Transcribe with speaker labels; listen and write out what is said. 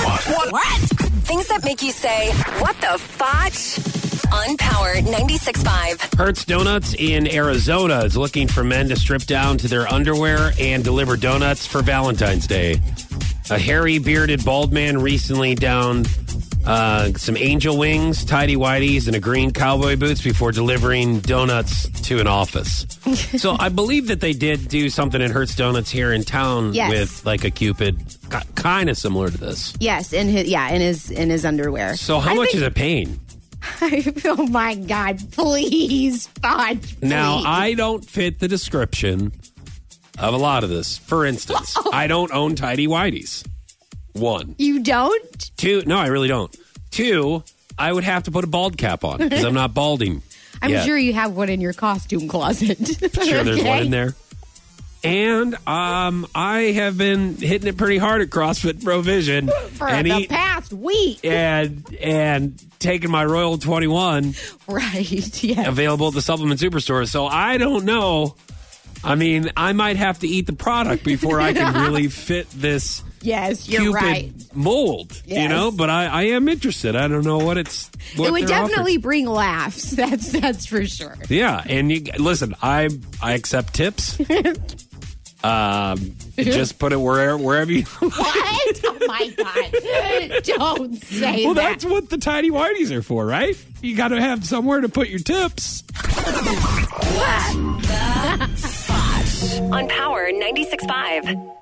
Speaker 1: What?
Speaker 2: Things that make you say, what the fotch? On Power 96.5.
Speaker 3: Hertz Donuts in Arizona is looking for men to strip down to their underwear and deliver donuts for Valentine's Day. A hairy, bearded, bald man recently downed uh, some angel wings, tidy whities, and a green cowboy boots before delivering donuts to an office. so I believe that they did do something at Hertz Donuts here in town
Speaker 1: Yes.
Speaker 3: with like a Cupid, kind of similar to this.
Speaker 1: Yes, in his yeah, in his in his underwear.
Speaker 3: So how
Speaker 1: I
Speaker 3: much
Speaker 1: think-
Speaker 3: is it paying?
Speaker 1: oh my god! Please, fudge.
Speaker 3: Now,
Speaker 1: please.
Speaker 3: I don't fit the description of a lot of this. For instance, I don't own tidy whities. One.
Speaker 1: you don't.
Speaker 3: Two, no, I really don't. Two, I would have to put a bald cap on because I'm not balding.
Speaker 1: I'm
Speaker 3: yet.
Speaker 1: sure you have one in your costume closet.
Speaker 3: Sure, there's one
Speaker 1: Okay.
Speaker 3: in there. And um, I have been hitting it pretty hard at CrossFit Provision
Speaker 1: for
Speaker 3: and
Speaker 1: the
Speaker 3: eat-
Speaker 1: past week.
Speaker 3: and and taking my Royal 21
Speaker 1: Right? Yeah.
Speaker 3: available at the supplement superstore. So I don't know. I mean, I might have to eat the product before I can really fit this
Speaker 1: yes, you're
Speaker 3: Cupid
Speaker 1: right.
Speaker 3: mold. You
Speaker 1: Yes.
Speaker 3: know, but I, I am interested. I don't know what it's. What
Speaker 1: it would
Speaker 3: they're offering.
Speaker 1: definitely bring laughs. That's that's for sure.
Speaker 3: Yeah, and you listen. I I accept tips. um, just put it where, wherever you.
Speaker 1: What? Oh my god! Don't say
Speaker 3: well,
Speaker 1: that.
Speaker 3: that's what the tiny whiteys are for, right? You got to have somewhere to put your tips.
Speaker 2: On Power 96.5.